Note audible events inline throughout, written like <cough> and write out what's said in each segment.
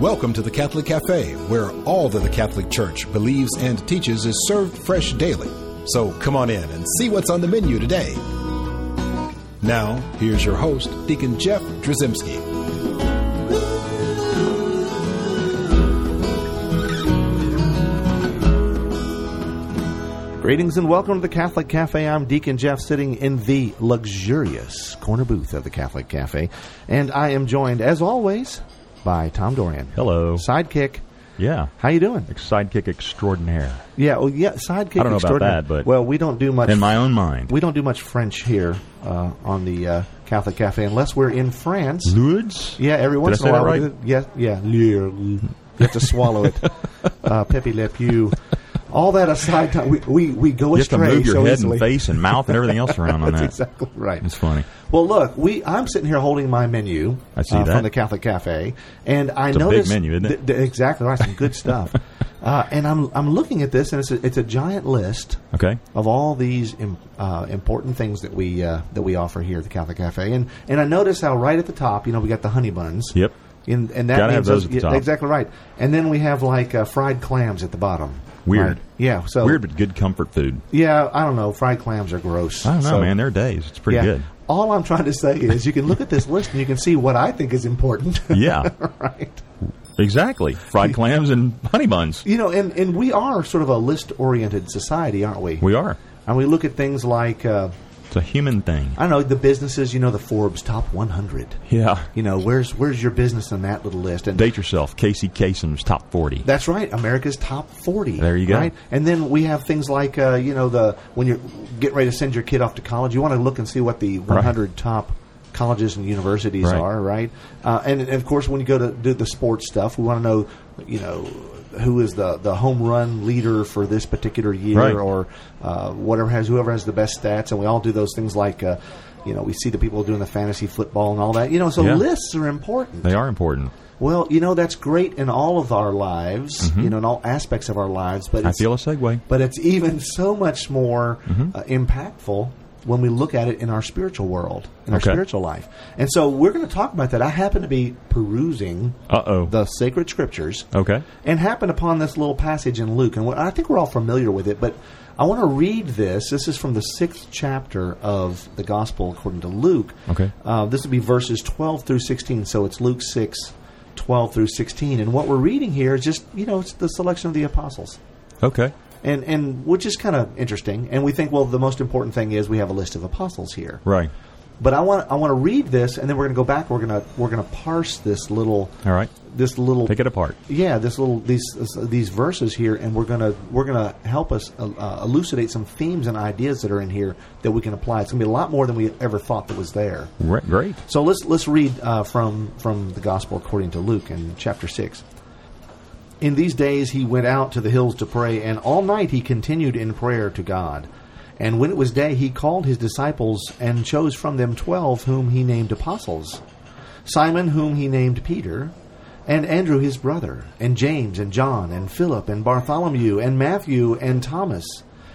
Welcome to the Catholic Cafe, where all that the Catholic Church believes and teaches is served fresh daily. So come on in and see what's on the menu today. Now, here's your host, Deacon Jeff Drzymski. Greetings and welcome to the Catholic Cafe. I'm Deacon Jeff, sitting in the luxurious corner booth of the Catholic Cafe, and I am joined, as always, by Tom Dorian. Hello. sidekick. Yeah. How you doing? Sidekick extraordinaire. Yeah, well, yeah, sidekick. I don't know about extraordinaire. that, but- well, we don't do much. In my own mind. we don't do much French here uh, on the uh, Catholic Cafe unless we're in France. Lourdes? Yeah, every once Mm-hmm. I in a say while. that we right? do- Yeah, yeah. Leer. You have to swallow <laughs> it. uh, Pepe Le Pew. All that aside, Tom, we, we, we go You have to astray move your so head easily. and face and mouth and everything else around on <laughs> that. That's exactly right. It's funny. Well, look, we I'm sitting here holding my menu I see uh, that. from the Catholic Cafe, and I a big noticed menu, isn't it? th- th- exactly right, some <laughs> good stuff. Uh, and I'm I'm looking at this, and it's a, it's a giant list Okay. of all these im- uh, important things that we uh, that we offer here at the Catholic Cafe, and and I notice how right at the top, you know, we got the honey buns. Yep. In, and that Gotta have names those at the yeah, top. Exactly right. And then we have like uh, fried clams at the bottom. Weird. Right. Yeah. So Weird but good comfort food. Yeah, I don't know. Fried clams are gross. I don't know, So- man. There are days. It's pretty good. all I'm trying to say is you can look at <laughs> this list and you can see what I think is important. Yeah. <laughs> right. exactly. Fried clams and honey buns. You know, and, and we are sort of a list oriented society, aren't we? We are. And we look at things like, uh, It's a human thing. I don't know, the businesses, you know, the Forbes top 100. Yeah. You know, where's where's your business in that little list? And Date yourself. Casey Kasem's top 40. That's right. America's top forty. There you go. Right? And then we have things like uh, you know the when you get ready to send your kid off to college, you want to look and see what the 100 top colleges and universities Right. are, right? Uh, and, and of course, when you go to do the sports stuff, we want to know you know who is the the home run leader for this particular year Right. or uh, whatever has whoever has the best stats, and we all do those things like. Uh, you know, we see the people doing the fantasy football and all that. You know, so Yeah. lists are important. They are important. Well, you know that's great in all of our lives, you know, in all aspects of our lives. But Mm-hmm. I it's, feel Mm-hmm. a segue. but it's even so much more uh, impactful when we look at it in our spiritual world, in our Okay. spiritual life. And so we're going to talk about that. I happen to be perusing Uh-oh. the sacred scriptures, Okay. and happened upon this little passage in Luke, and what, I think we're all familiar with it, but I want to read this. This is from the sixth chapter of the Gospel according to Luke. Okay. Uh, this would be verses 12 through 16, so it's Luke 6, 12 through 16. And what we're reading here is just, you know, it's the selection of the apostles. Okay. And, and which is kind of interesting. And we think, well, the most important thing is we have a list of apostles here. Right. But I want I want to read this, and then we're going to go back. We're going to we're going to parse this little All right. this little Pick it apart. yeah this little these this- these verses here and we're gonna we're gonna help us uh, uh, elucidate some themes and ideas that are in here that we can apply it's gonna be a lot more than we ever thought that was there Re- great. so let's let's read uh, from from the gospel according to luke in chapter 6 in these days he went out to the hills to pray and all night he continued in prayer to god and when it was day he called his disciples and chose from them twelve whom he named apostles Simon, whom he named Peter, and Andrew his brother, and James, and John, and Philip, and Bartholomew, and Matthew, and Thomas,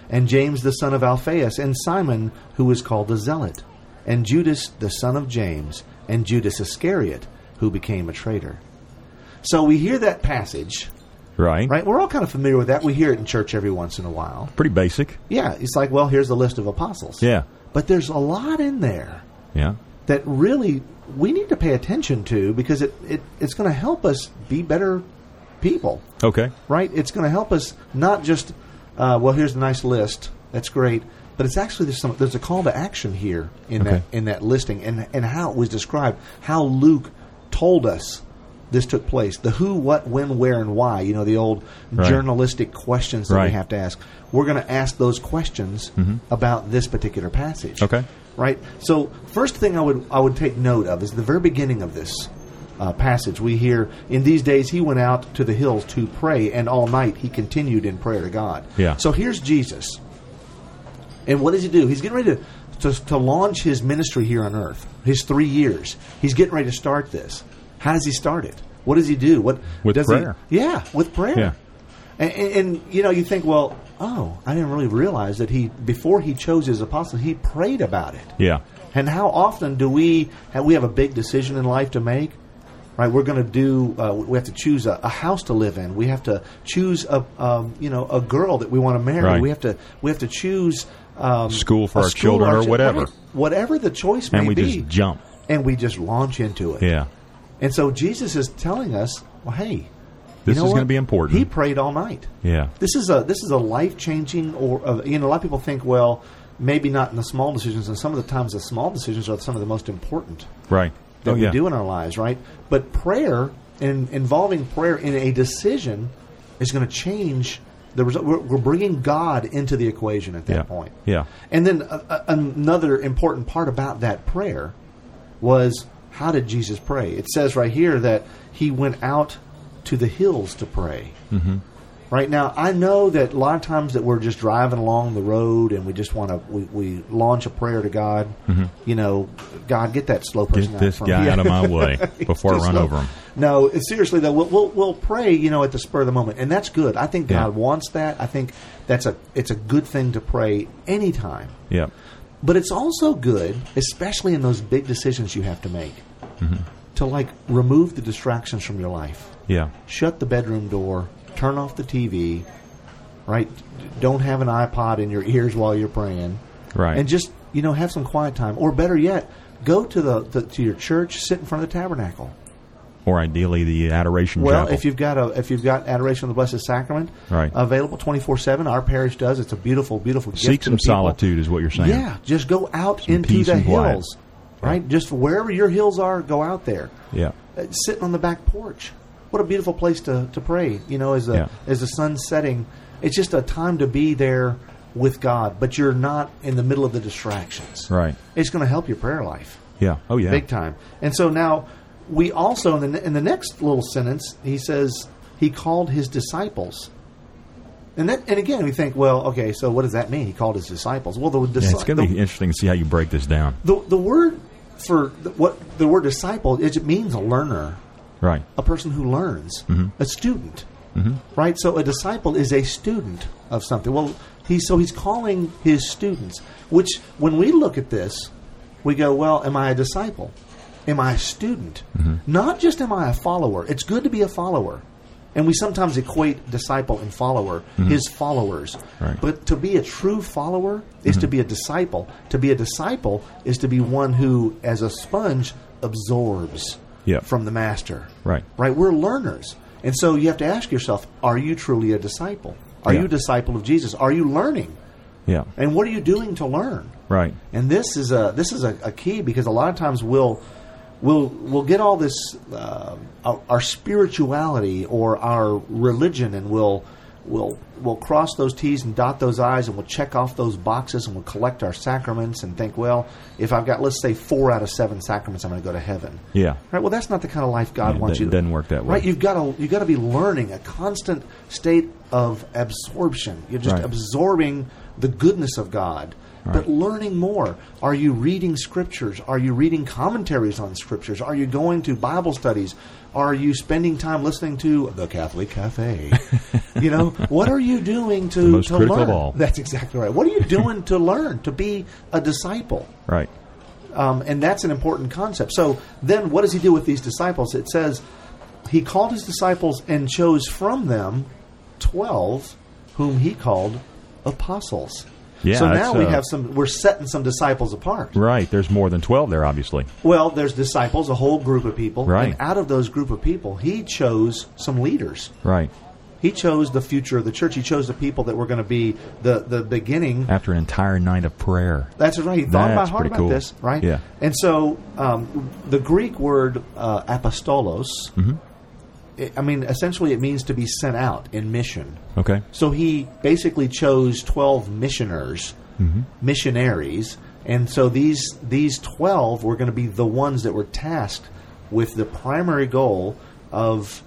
and James the son of Alphaeus, and Simon, who was called the Zealot, and Judas the son of James, and Judas Iscariot, who became a traitor. So we hear that passage, Right. right? We're all kind of familiar with that. We hear it in church every once in a while. Pretty basic. Yeah, it's like, well, here's the list of apostles. Yeah. But there's a lot in there Yeah. that really we need to pay attention to because it, it it's going to help us be better people, Okay. right? It's going to help us not just uh, well, here's a nice list, that's great, but it's actually there's some there's a call to action here in Okay. that in that listing and and how it was described, how Luke told us this took place, the who, what, when, where, and why. You know the old Right. journalistic questions that we Right. Mm-hmm. have to ask. We're going to ask those questions about this particular passage Okay. right? So first thing I would I would take note of is the very beginning of this uh, passage. We hear in these days he went out to the hills to pray, and all night he continued in prayer to God. Yeah. So here's Jesus, and what does he do? He's getting ready to. To, to launch his ministry here on earth, his three years, he's getting ready to start this. How does he start it? What does he do? What With does prayer. He, yeah, with prayer. Yeah. And, and, and you know, you think, well, oh, I didn't really realize that he before he chose his apostles, he prayed about it. Yeah. And how often do we have, we have a big decision in life to make, right? We're going to do. Uh, we have to choose a, a house to live in. We have to choose a um, you know a girl that we want to marry. Right. We have to we have to choose um, School for a our school children or chi- whatever. right, whatever the choice may And we be, just jump. and we just launch into it. Yeah. And so Jesus is telling us, well, hey, This you know is gonna what? be important. He prayed all night. Yeah. This is a this is a life changing, or uh, you know, a lot of people think, well, maybe not in the small decisions, and some of the times the small decisions are some of the most important Right. that oh, we yeah. do in our lives, right? But prayer and involving prayer in a decision is going to change the result. We're, we're bringing God into the equation at that Yeah. point. Yeah. And then uh, uh, another important part about that prayer was how did Jesus pray? It says right here that he went out to the hills to pray. Hmm. Mm-hmm. Right now, I know that a lot of times that we're just driving along the road and we just want to we, we launch a prayer to God. You know, God, get that slow person Mm-hmm. Get out this from guy me." out <laughs> of my way before I Just run no- over him. No, it- seriously though, we'll, we'll we'll pray, you know, at the spur of the moment, and that's good. I think Yeah. God wants that. I think that's a it's a good thing to pray anytime. Yeah. But it's also good, especially in those big decisions you have to make, Mm-hmm. to like remove the distractions from your life. Yeah. Shut the bedroom door, turn off the TV, right? Don't have an iPod in your <laughs> ears while you're praying. Right. And just, you know, have some quiet time. Or better yet, go to the, the to your church, sit in front of the tabernacle. Or ideally the adoration Well, chapel. if you've got a if you've got adoration of the Blessed Sacrament Right. available twenty four seven, our parish does. It's a beautiful, beautiful. Gift Seek to some the people. solitude is what you're saying. Yeah, just go out into peace the and quiet. hills, right? Just wherever your hills are, go out there. Yeah. Uh, sitting on the back porch, what a beautiful place to, to pray. You know, as the Yeah. as the sun's setting, it's just a time to be there with God, but you're not in the middle of the distractions. Right. It's going to help your prayer life Yeah. Oh yeah. big time. And so now we also in the in the next little sentence he says he called his disciples. And that and again we think well okay so what does that mean he called his disciples well the Yeah, it's disci- going to the- be interesting to see how you break this down. the the word for the, what the word disciple is it means a learner, Right. a person who learns, Mm-hmm. a student, right? So a disciple is a student of something. Well, he so he's calling his students. Which when we look at this, we go, well, am I a disciple? Am I a student? Mm-hmm. Not just am I a follower. It's good to be a follower. And we sometimes equate disciple and follower, his followers. Mm-hmm. Right. Mm-hmm. But but to be a true follower is to be a disciple. To be a disciple is to be one who, as a sponge, absorbs Yeah. from the master. Right. Right. We're learners. And so you have to ask yourself are you truly a disciple? Are Yeah. you a disciple of Jesus? Are you learning? Yeah. And what are you doing to learn? Right. And this is a this is a, a key because a lot of times we'll we'll we'll get all this uh, our, our spirituality or our religion, and we'll we'll we'll cross those T's and dot those I's, and we'll check off those boxes, and we'll collect our sacraments, and think, well, if I've got let's say four out of seven sacraments, I'm going to go to heaven. Yeah. Right. Well, that's not the kind of life God Yeah, it wants do- you. to- doesn't work that way. Right. You've got to you've got to be learning a constant state of absorption. You're just Right. absorbing the goodness of God, but learning more. Are you reading scriptures? Are you reading commentaries on scriptures? Are you going to Bible studies? Are you spending time listening to the Catholic <laughs> Cafe? you know, what are you doing to most to critical of learn? all. That's exactly right. What are you doing to learn to be a disciple? Right. Um, and that's an important concept. So then, what does he do with these disciples? It says he called his disciples and chose from them twelve, whom he called apostles. Yeah, so now that's, we uh, have some. We're setting some disciples apart. Right. There's more than 12 there obviously. Well, there's disciples, a whole group of people, Right. and out of those group of people, he chose some leaders. Right. He chose the future of the church. He chose the people that were going to be the the beginning After an entire night of prayer. That's right. He thought about That's hard pretty about cool. this, right? Yeah. And so um, the Greek word uh, apostolos, Mm-hmm. i- I mean, essentially it means to be sent out in mission. Okay. So he basically chose twelve missioners, Mm-hmm. missionaries, and so these these twelve were going to be the ones that were tasked with the primary goal of.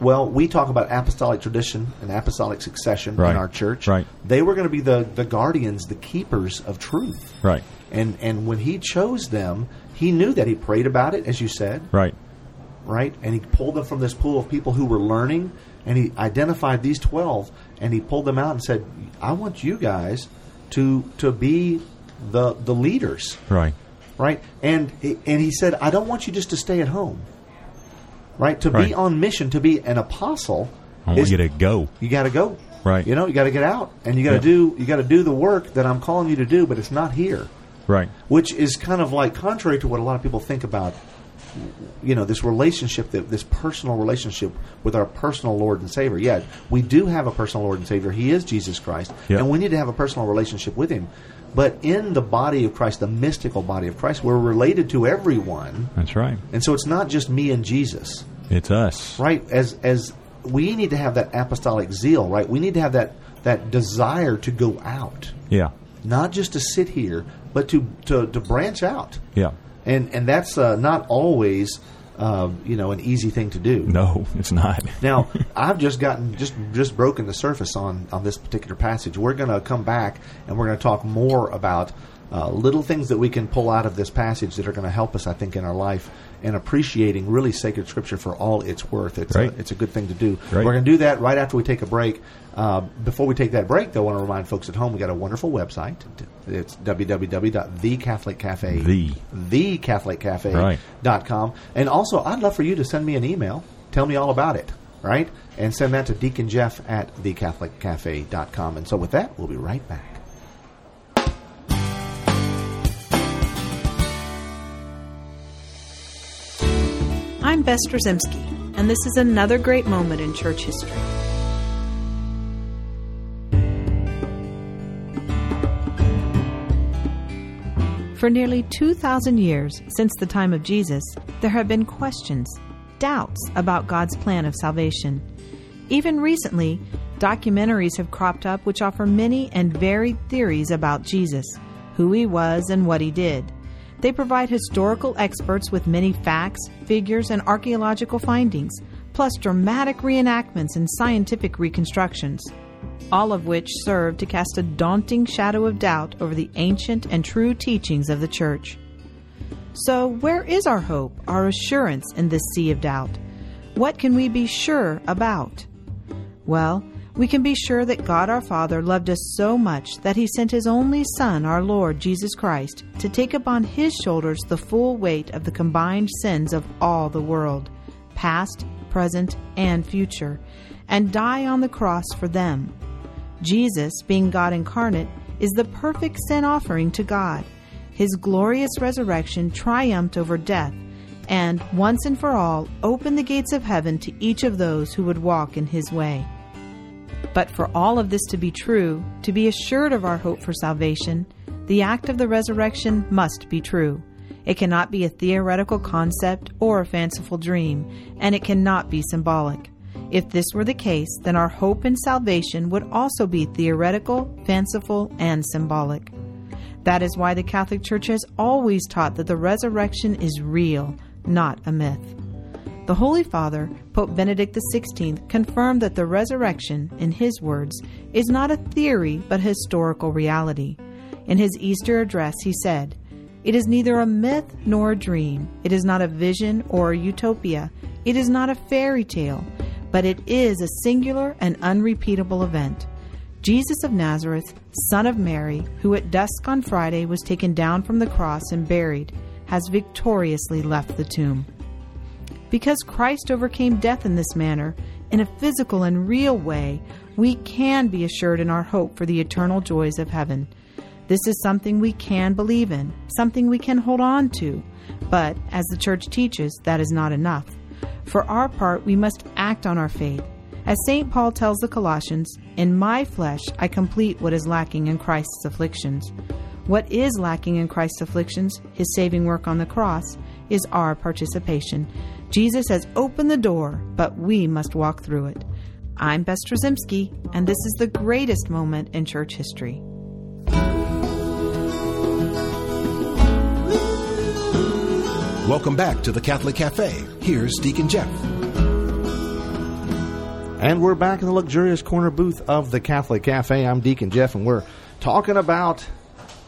Well, we talk about apostolic tradition and apostolic succession Right. in our church. Right. They were going to be the, the guardians, the keepers of truth. Right. And and when he chose them, he knew that he prayed about it, as you said, Right. right? And he pulled them from this pool of people who were learning, and he identified these twelve, and he pulled them out and said, "I want you guys to to be the the leaders, Right. right?" And he- and he said, "I don't want you just to stay at home. right? To be Right. on mission, to be an apostle, I want is- you to go. you got to go. Right. You know, you got to get out and you got to Yeah. do you got to do the work that I'm calling you to do, but it's not here, Right. which is kind of like contrary to what a lot of people think about you know, this relationship that this personal relationship with our personal Lord and Savior. Yeah, we do have a personal Lord and Savior. He is Jesus Christ, Yeah. and we need to have a personal relationship with him. But in the body of Christ, the mystical body of Christ, we're related to everyone. That's right. And so it's not just me and Jesus It's us. right as as we need to have that apostolic zeal right we need to have that that desire to go out Yeah. not just to sit here but to to, to branch out Yeah. and and that's uh, not always uh, you know an easy thing to do No, <laughs> it's not. now i've just gotten just just broken the surface on on this particular passage we're going to come back and we're going to talk more about uh, little things that we can pull out of this passage that are going to help us, I think, in our life and appreciating really sacred scripture for all it's worth. It's, Right. a, it's a good thing to do. Right. We're going to do that right after we take a break. Uh, before we take that break, though, I want to remind folks at home we got a wonderful website. It's www.thecatholiccafe. The. Right. thecatholiccafe.com. And also, I'd love for you to send me an email. Tell me all about it, right? And send that to Deacon Jeff at thecatholiccafe.com. And so, with that, we'll be right back. I'm Bess Drzymski, and this is another great moment in church history. For nearly 2,000 years since the time of Jesus, there have been questions, doubts about God's plan of salvation. Even recently, documentaries have cropped up which offer many and varied theories about Jesus, who he was, and what he did. They provide historical experts with many facts, figures, and archaeological findings, plus dramatic reenactments and scientific reconstructions all of which serve to cast a daunting shadow of doubt over the ancient and true teachings of the Church. So, where is our hope, our assurance in this sea of doubt? What can we be sure about? Well, we can be sure that God our Father loved us so much that He sent His only Son, our Lord Jesus Christ, to take upon His shoulders the full weight of the combined sins of all the world, past, present, and future, and die on the cross for them. Jesus, being God incarnate, is the perfect sin offering to God. His glorious resurrection triumphed over death and, once and for all, opened the gates of heaven to each of those who would walk in his way. But for all of this to be true, to be assured of our hope for salvation, the act of the resurrection must be true. It cannot be a theoretical concept or a fanciful dream, and it cannot be symbolic. If this were the case, then our hope in salvation would also be theoretical, fanciful, and symbolic. That is why the Catholic Church has always taught that the resurrection is real, not a myth. The Holy Father, Pope Benedict XVI, confirmed that the resurrection, in his words, is not a theory but historical reality. In his Easter address, he said, It is neither a myth nor a dream. It is not a vision or a utopia. It is not a fairy tale, but it is a singular and unrepeatable event. Jesus of Nazareth, son of Mary, who at dusk on Friday was taken down from the cross and buried, has victoriously left the tomb. Because Christ overcame death in this manner, in a physical and real way, we can be assured in our hope for the eternal joys of heaven. This is something we can believe in, something we can hold on to. But, as the Church teaches, that is not enough. For our part, we must act on our faith. As St. Paul tells the Colossians, In my flesh I complete what is lacking in Christ's afflictions. What is lacking in Christ's afflictions, his saving work on the cross, is our participation. Jesus has opened the door, but we must walk through it. I'm Bess Trzymski, and this is the greatest moment in church history. Welcome back to the Catholic Cafe. Here's Deacon Jeff. And we're back in the luxurious corner booth of the Catholic Cafe. I'm Deacon Jeff, and we're talking about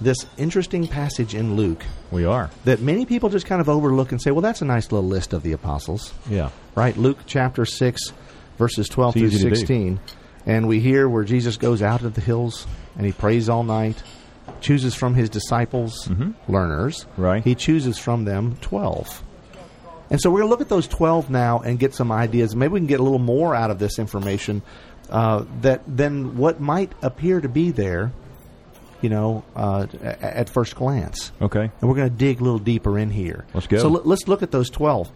this interesting passage in Luke We are. that many people just kind of overlook and say, well, that's a nice little list of the apostles. Yeah. Right? Luke chapter 6, verses 12 It's through easy to do. 16. And we hear where Jesus goes out into the hills and he prays all night, chooses from his disciples, learners. Mm-hmm. Right. He chooses from them 12. And so we're going to look at those 12 now and get some ideas. Maybe we can get a little more out of this information uh, that than what might appear to be there, you know, uh, at, at first glance. Okay. And we're going to dig a little deeper in here. Let's go. So let- let's look at those 12.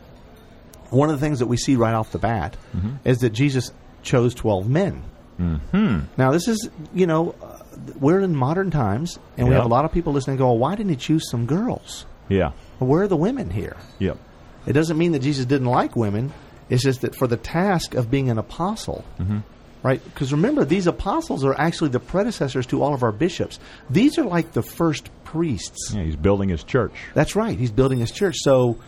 One of the things that we see right off the bat Mm-hmm. is that Jesus chose 12 men. Mm-hmm. Now, this is, you know, uh, we're in modern times, and we Yeah. have a lot of people listening go, why didn't he choose some girls? Yeah. Where are the women here? Yep. It doesn't mean that Jesus didn't like women. It's just that for the task of being an apostle, Mm-hmm. right? Because remember, these apostles are actually the predecessors to all of our bishops. These are like the first priests. Yeah, he's building his church. That's right. He's building his church. So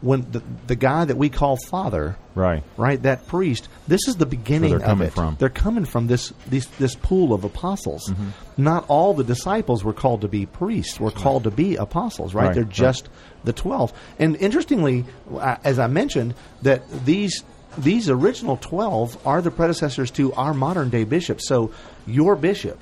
when the, the guy that we call father, Right. right, that priest, this is the beginning they're of coming it. from. They're coming from this these, this pool of apostles. Mm-hmm. Not all the disciples were called to be priests. Were called to be apostles, right? Right, They're right. just the twelve. And interestingly, uh, as I mentioned, that these these original twelve are the predecessors to our modern day bishops. So your bishop,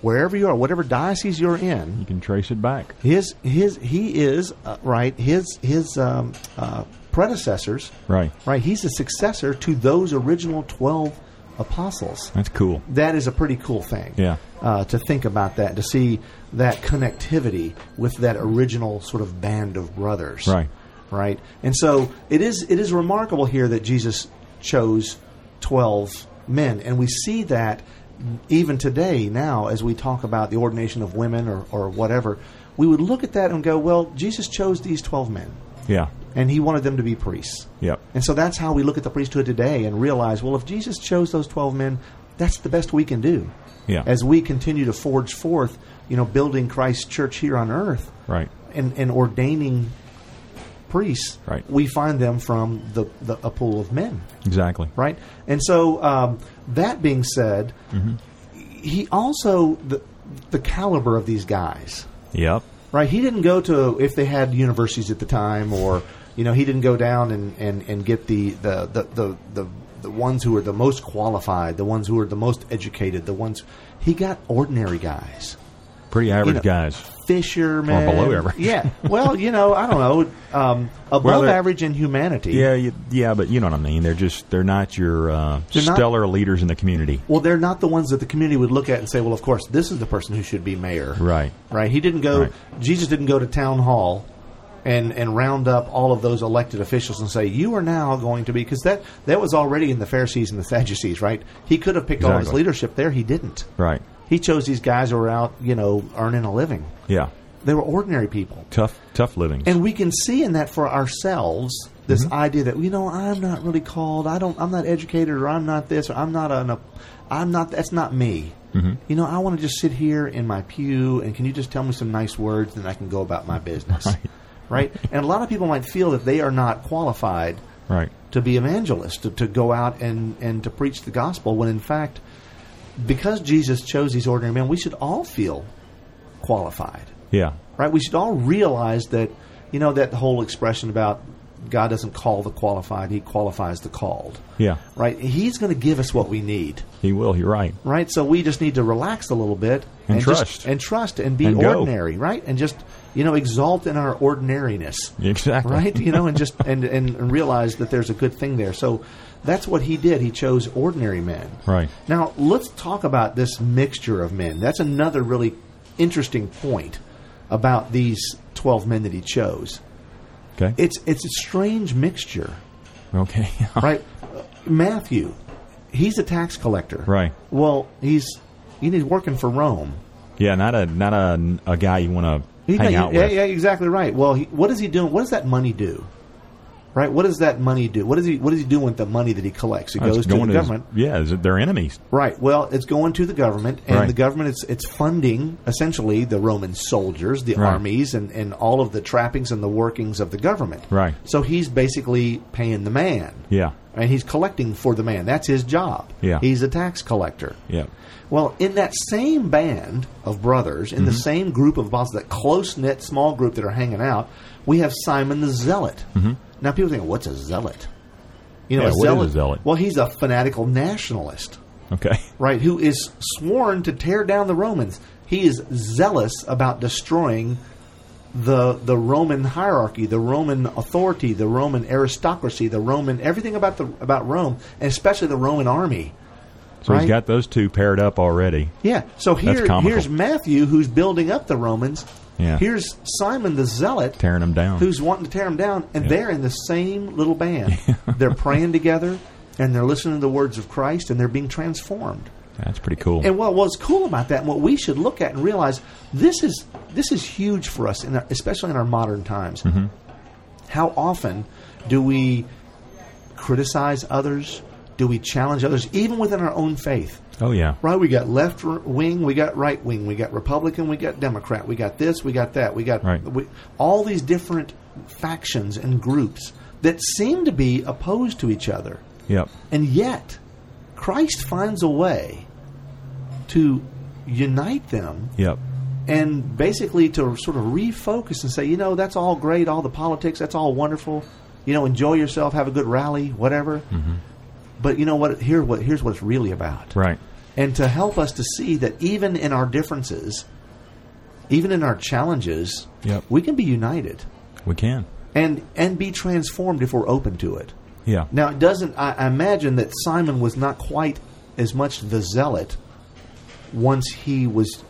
wherever you are, whatever diocese you're in, You can trace it back. his his he is uh, right his his um, uh, predecessors Right. right he's a successor to those original 12 apostles That's cool. that is a pretty cool thing Yeah. uh, to think about that to see that connectivity with that original sort of band of brothers Right. right and so it is it is remarkable here that jesus chose 12 men and we see that even today now as we talk about the ordination of women or, or whatever we would look at that and go well jesus chose these 12 men Yeah. and he wanted them to be priests Yep. and so that's how we look at the priesthood today and realize, well, if Jesus chose those 12 men, that's the best we can do. Yeah. As we continue to forge forth, you know, building Christ's church here on earth Right. and, and ordaining priests, Right. we find them from the, the, a pool of men, Exactly. right? And so um, that being said, Mm-hmm. he also, the, the caliber of these guys, Yep. right? He didn't go to if they had universities at the time, or you know, he didn't go down and and and get the the the the, the, the ones who were the most qualified, the ones who were the most educated, the ones he got ordinary guys, Pretty average know, guys. fishermen, Or below average. Yeah, well, you know, I don't know, um, above Well, they're- average in humanity. Yeah. You, yeah. But you know what I mean. They're just they're not your uh, They're not- stellar leaders in the community. Well, they're not the ones that the community would look at and say, "Well, of course, this is the person who should be mayor." Right. Right. He didn't go. Right. Jesus didn't go to town hall and and round up all of those elected officials and say, "You are now going to be," because that that was already in the Pharisees and the Sadducees. Right. He could have picked all his Exactly. leadership there. He didn't. Right. He chose these guys who were out, you know, earning a living. Yeah. They were ordinary people. Tough. Tough living. And we can see in that for ourselves this idea that you know I'm not really called. I don't. I'm not educated, or I'm not this, or I'm not an. I'm not. That's not me. You know, I want to just sit here in my pew, and can you just tell me some nice words, then I can go about my business, right? and a lot of people might feel that they are not qualified right. to be evangelists, to, to go out and and to preach the gospel, when in fact, because Jesus chose these ordinary men, we should all feel qualified Yeah. right? We should all realize that, you know, that whole expression about God doesn't call the qualified; He qualifies the called. Yeah. Right? He's going to give us what we need. He will. You're right. Right? So we just need to relax a little bit And just- trust. and trust and be And go. ordinary, right? And just you know exalt in our ordinariness, Exactly. right? You know, and <laughs> just and, and and realize that there's a good thing there. So that's what he did. He chose ordinary men. Right. Now, let's talk about this mixture of men. That's another really interesting point about these 12 men that he chose. Okay. It's it's a strange mixture, okay. <laughs> right? Matthew, he's a tax collector. Right. Well, he's he's working for Rome. yeah. Not a not a a guy you want to He- hang yeah, out yeah, with. yeah, exactly right. Well, he, what is he doing? What does that money do? Right? What does that money do? What does he what does he do with the money that he collects? It That's goes to the Oh, going his- government. yeah. is it- They're enemies. Right. Well, it's going to the government, and Right. the government it's it's funding essentially the Roman soldiers, the Right. armies, and, and all of the trappings and the workings of the government. Right. So he's basically paying the man. Yeah. And he's collecting for the man. That's his job. Yeah. He's a tax collector. Yeah. Well, in that same band of brothers, in the Mm-hmm. same group of bosses, that close knit small group that are hanging out, we have Simon the Zealot. Now, people think, what's a zealot? You know, Mm-hmm. Yeah, a, what is zealot, a zealot? Well, he's a fanatical nationalist, Okay. <laughs> right? Who is sworn to tear down the Romans. He is zealous about destroying the the Roman hierarchy, the Roman authority, the Roman aristocracy, the Roman everything about the about Rome, and especially the Roman army. So Right. he's got those two paired up already. Yeah. So here, comical. here's Matthew who's building up the Romans. Yeah. Here's Simon the Zealot Tearing 'em down. Who's wanting to tear them down, and they're in the same little <laughs> band. they're praying together, and they're listening to the words of Christ, and they're being transformed. That's pretty cool. And what was cool about that, and what we should look at and realize, this is this is huge for us, in our, especially in our modern times. How often do we criticize others? Do we challenge others, even within our own faith? oh yeah. Right, we got left r- wing, we got right wing, we got Republican, we got Democrat, we got this, we got that, we got Right. we, all these different factions and groups that seem to be opposed to each other. Yep. And yet, Christ finds a way to unite them Yep. and basically to sort of refocus and say, you know, that's all great, all the politics, that's all wonderful. You know, enjoy yourself, have a good rally, whatever. But you know what? Here, what here's what it's really about Mm-hmm. Right. and to help us to see that even in our differences, even in our challenges, Yep. we can be united We can. and and be transformed if we're open to it. Yeah. Now, it doesn't. I, I imagine that Simon was not quite as much the zealot once he was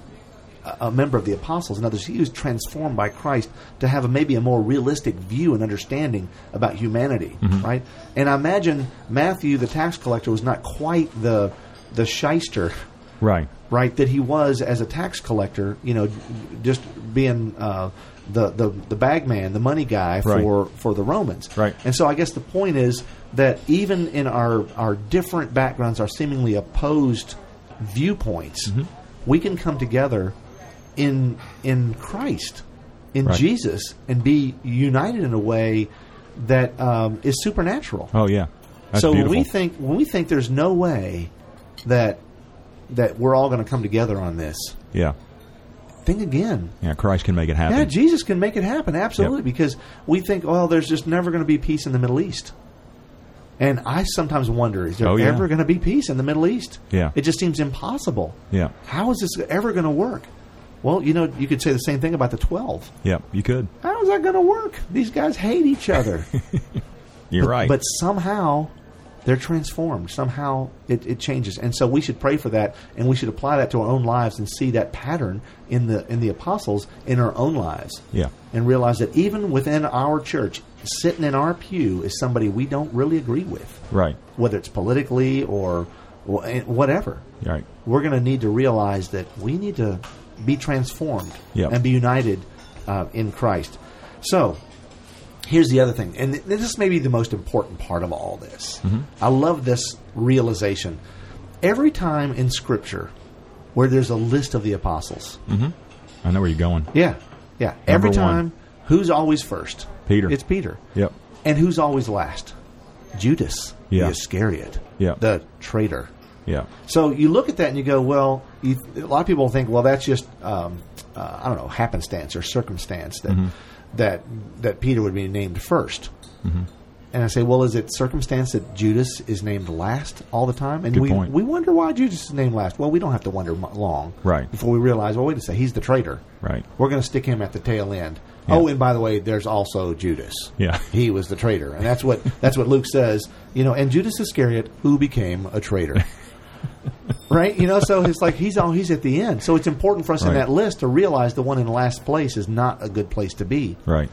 a- a member of the apostles. In other words, he was transformed by Christ to have a, maybe a more realistic view and understanding about humanity, right? And I imagine Matthew, the tax collector, was not quite the the shyster Right. right that he was as a tax collector you know just being uh, the, the the bag man the money guy Right. for for the romans Right. and so i guess the point is that even in our our different backgrounds our seemingly opposed viewpoints Mm-hmm. we can come together in in christ in Right. jesus and be united in a way that um, is supernatural Oh yeah. That's so beautiful. when we think when we think there's no way that that we're all going to come together on this, yeah. think again. Yeah. Christ can make it happen. Yeah, Jesus can make it happen absolutely Yep. because we think, well, there's just never going to be peace in the Middle East. And I sometimes wonder, is there Oh, yeah. ever going to be peace in the Middle East? Yeah. It just seems impossible. Yeah. How is this ever going to work? Well, you know, you could say the same thing about the 12. Yep. You could. How is that going to work? These guys hate each <laughs> other. You're right. But somehow they're transformed. Somehow it, it changes. And so we should pray for that and we should apply that to our own lives and see that pattern in the in the apostles in our own lives. Yeah. And realize that even within our church, sitting in our pew is somebody we don't really agree with. right. Whether it's politically or wh- eh, whatever. You're right. We're going to need to realize that we need to be transformed Yep. and be united uh, in Christ. So, here's the other thing, and th- this may be the most important part of all this. Mm-hmm. I love this realization. Every time in Scripture where there's a list of the apostles, I know where you're going. yeah, yeah, every Mm-hmm. Number one. time, who's always first? Peter. It's Peter. Yep. And who's always last? Judas, Yeah. the Iscariot, Yeah. the traitor. Yeah. So you look at that and you go, well, you, a lot of people think, well, that's just um, uh, I don't know happenstance or circumstance that Mm-hmm. that that Peter would be named 1st And I say, well, is it circumstance that Judas is named last all the time? And Good we point. we wonder why Judas is named last. Well, we don't have to wonder mu- long Right. before we realize, well, wait a second, he's the traitor. Right. We're going to stick him at the tail end. Oh, and by the way, there's also Judas. Yeah. He was the traitor. And that's what that's what Luke says, you know, and Judas Iscariot who became a <laughs> traitor. right? You know, so it's like he's all he's at the end. So it's important for us in Right. that list to realize the one in last place is not a good place to be. Right.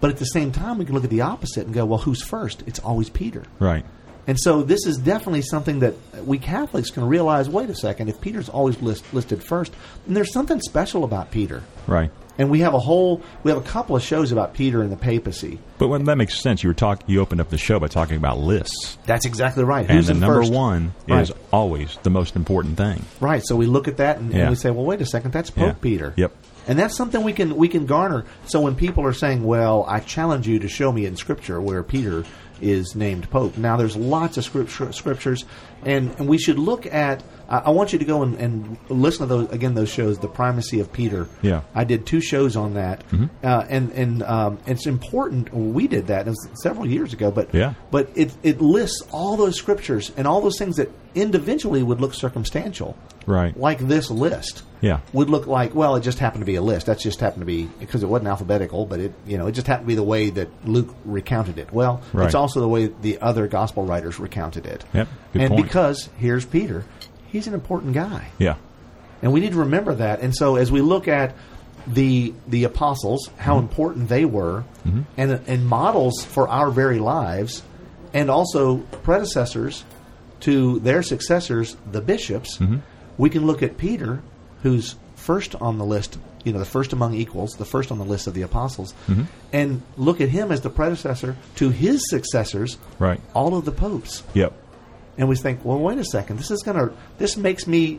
But at the same time, we can look at the opposite and go, well, who's first? It's always Peter. Right. And so this is definitely something that we Catholics can realize, wait a second, if Peter's always list, listed first, then there's something special about Peter. Right. And we have a whole we have a couple of shows about Peter and the papacy. But when, that makes sense. You were talk. You opened up the show by talking about lists, That's exactly right. and Who's the in number first? one right. is always the most important thing. right. So we look at that and, and Yeah. we say, well, wait a second, that's Pope Yeah. Peter. Yep. And that's something we can we can garner. So when people are saying, well, I challenge you to show me in Scripture where Peter is named Pope. Now there's lots of scripture, scriptures, and, and we should look at. I, I want you to go and, and listen to those again. Those shows, the primacy of Peter. Yeah. Mm-hmm. I did two shows on that, uh, and and um, it's important. We did that it was several years ago, but Yeah. but it it lists all those scriptures and all those things that individually would look circumstantial, Right. Like this list, Yeah. would look like well, it just happened to be a list. That's just happened to be because it wasn't alphabetical, but it you know it just happened to be the way that Luke recounted it. Well, Right. it's also the way the other gospel writers recounted it. Yep, good and point. because here's Peter, he's an important guy. Yeah. And we need to remember that. And so as we look at the the apostles, how important they were, and and models for our very lives, and also predecessors to their successors, the bishops, we can look at Peter, who's first on the list, you know, the first among equals, the first on the list of the apostles, and look at him as the predecessor to his successors, Right. all of the popes Yep. and we think, well, wait a second, this is going to, this makes me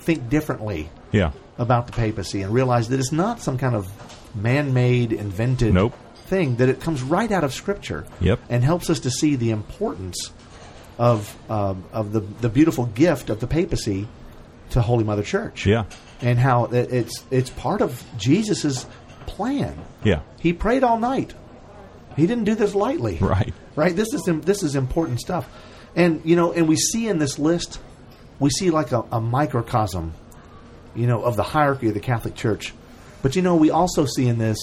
think differently Yeah. about the papacy and realize that it's not some kind of man-made, invented Nope. thing. That it comes right out of Scripture. Yep. and helps us to see the importance of um, of the the beautiful gift of the papacy to Holy Mother Church. Yeah. and how it, it's it's part of Jesus's plan. Yeah. He prayed all night. He didn't do this lightly Right. right this is im- this is important stuff and you know and we see in this list we see like a, a microcosm you know of the hierarchy of the catholic church but you know we also see in this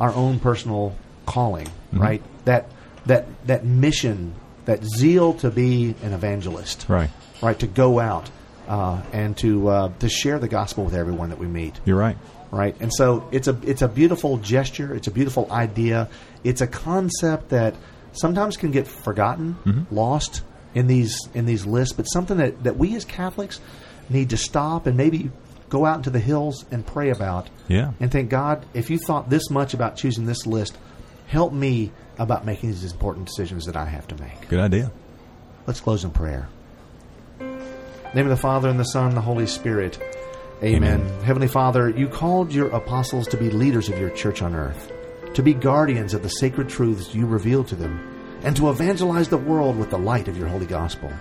our own personal calling right that that that mission that zeal to be an evangelist Right. right to go out uh, and to uh, to share the gospel with everyone that we meet You're right. right? And so it's a it's a beautiful gesture, it's a beautiful idea, it's a concept that sometimes can get forgotten, lost in these in these lists, but something that, that we as Catholics need to stop and maybe go out into the hills and pray about. Yeah. And thank God, if you thought this much about choosing this list, help me about making these important decisions that I have to make. Good idea. Let's close in prayer. In the name of the Father and the Son and the Holy Spirit. Amen. Amen. Heavenly Father, you called your apostles to be leaders of your church on earth, to be guardians of the sacred truths you revealed to them, and to evangelize the world with the light of your holy gospel.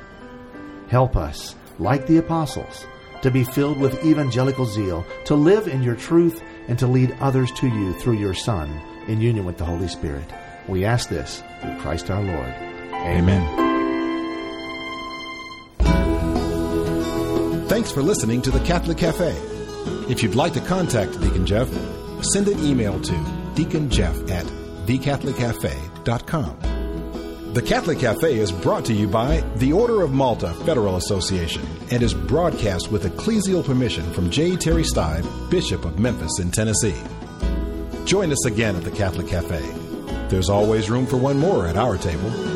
Help us, like the apostles, to be filled with evangelical zeal, to live in your truth, and to lead others to you through your Son in union with the Holy Spirit. We ask this through Christ our Lord. Amen. Thanks for listening to the Catholic Cafe. If you'd like to contact Deacon Jeff, send an email to deaconjeff at thecatholiccafe.com. The Catholic Cafe is brought to you by the Order of Malta Federal Association and is broadcast with ecclesial permission from J. Terry Stibe, Bishop of Memphis in Tennessee. Join us again at the Catholic Cafe. There's always room for one more at our table.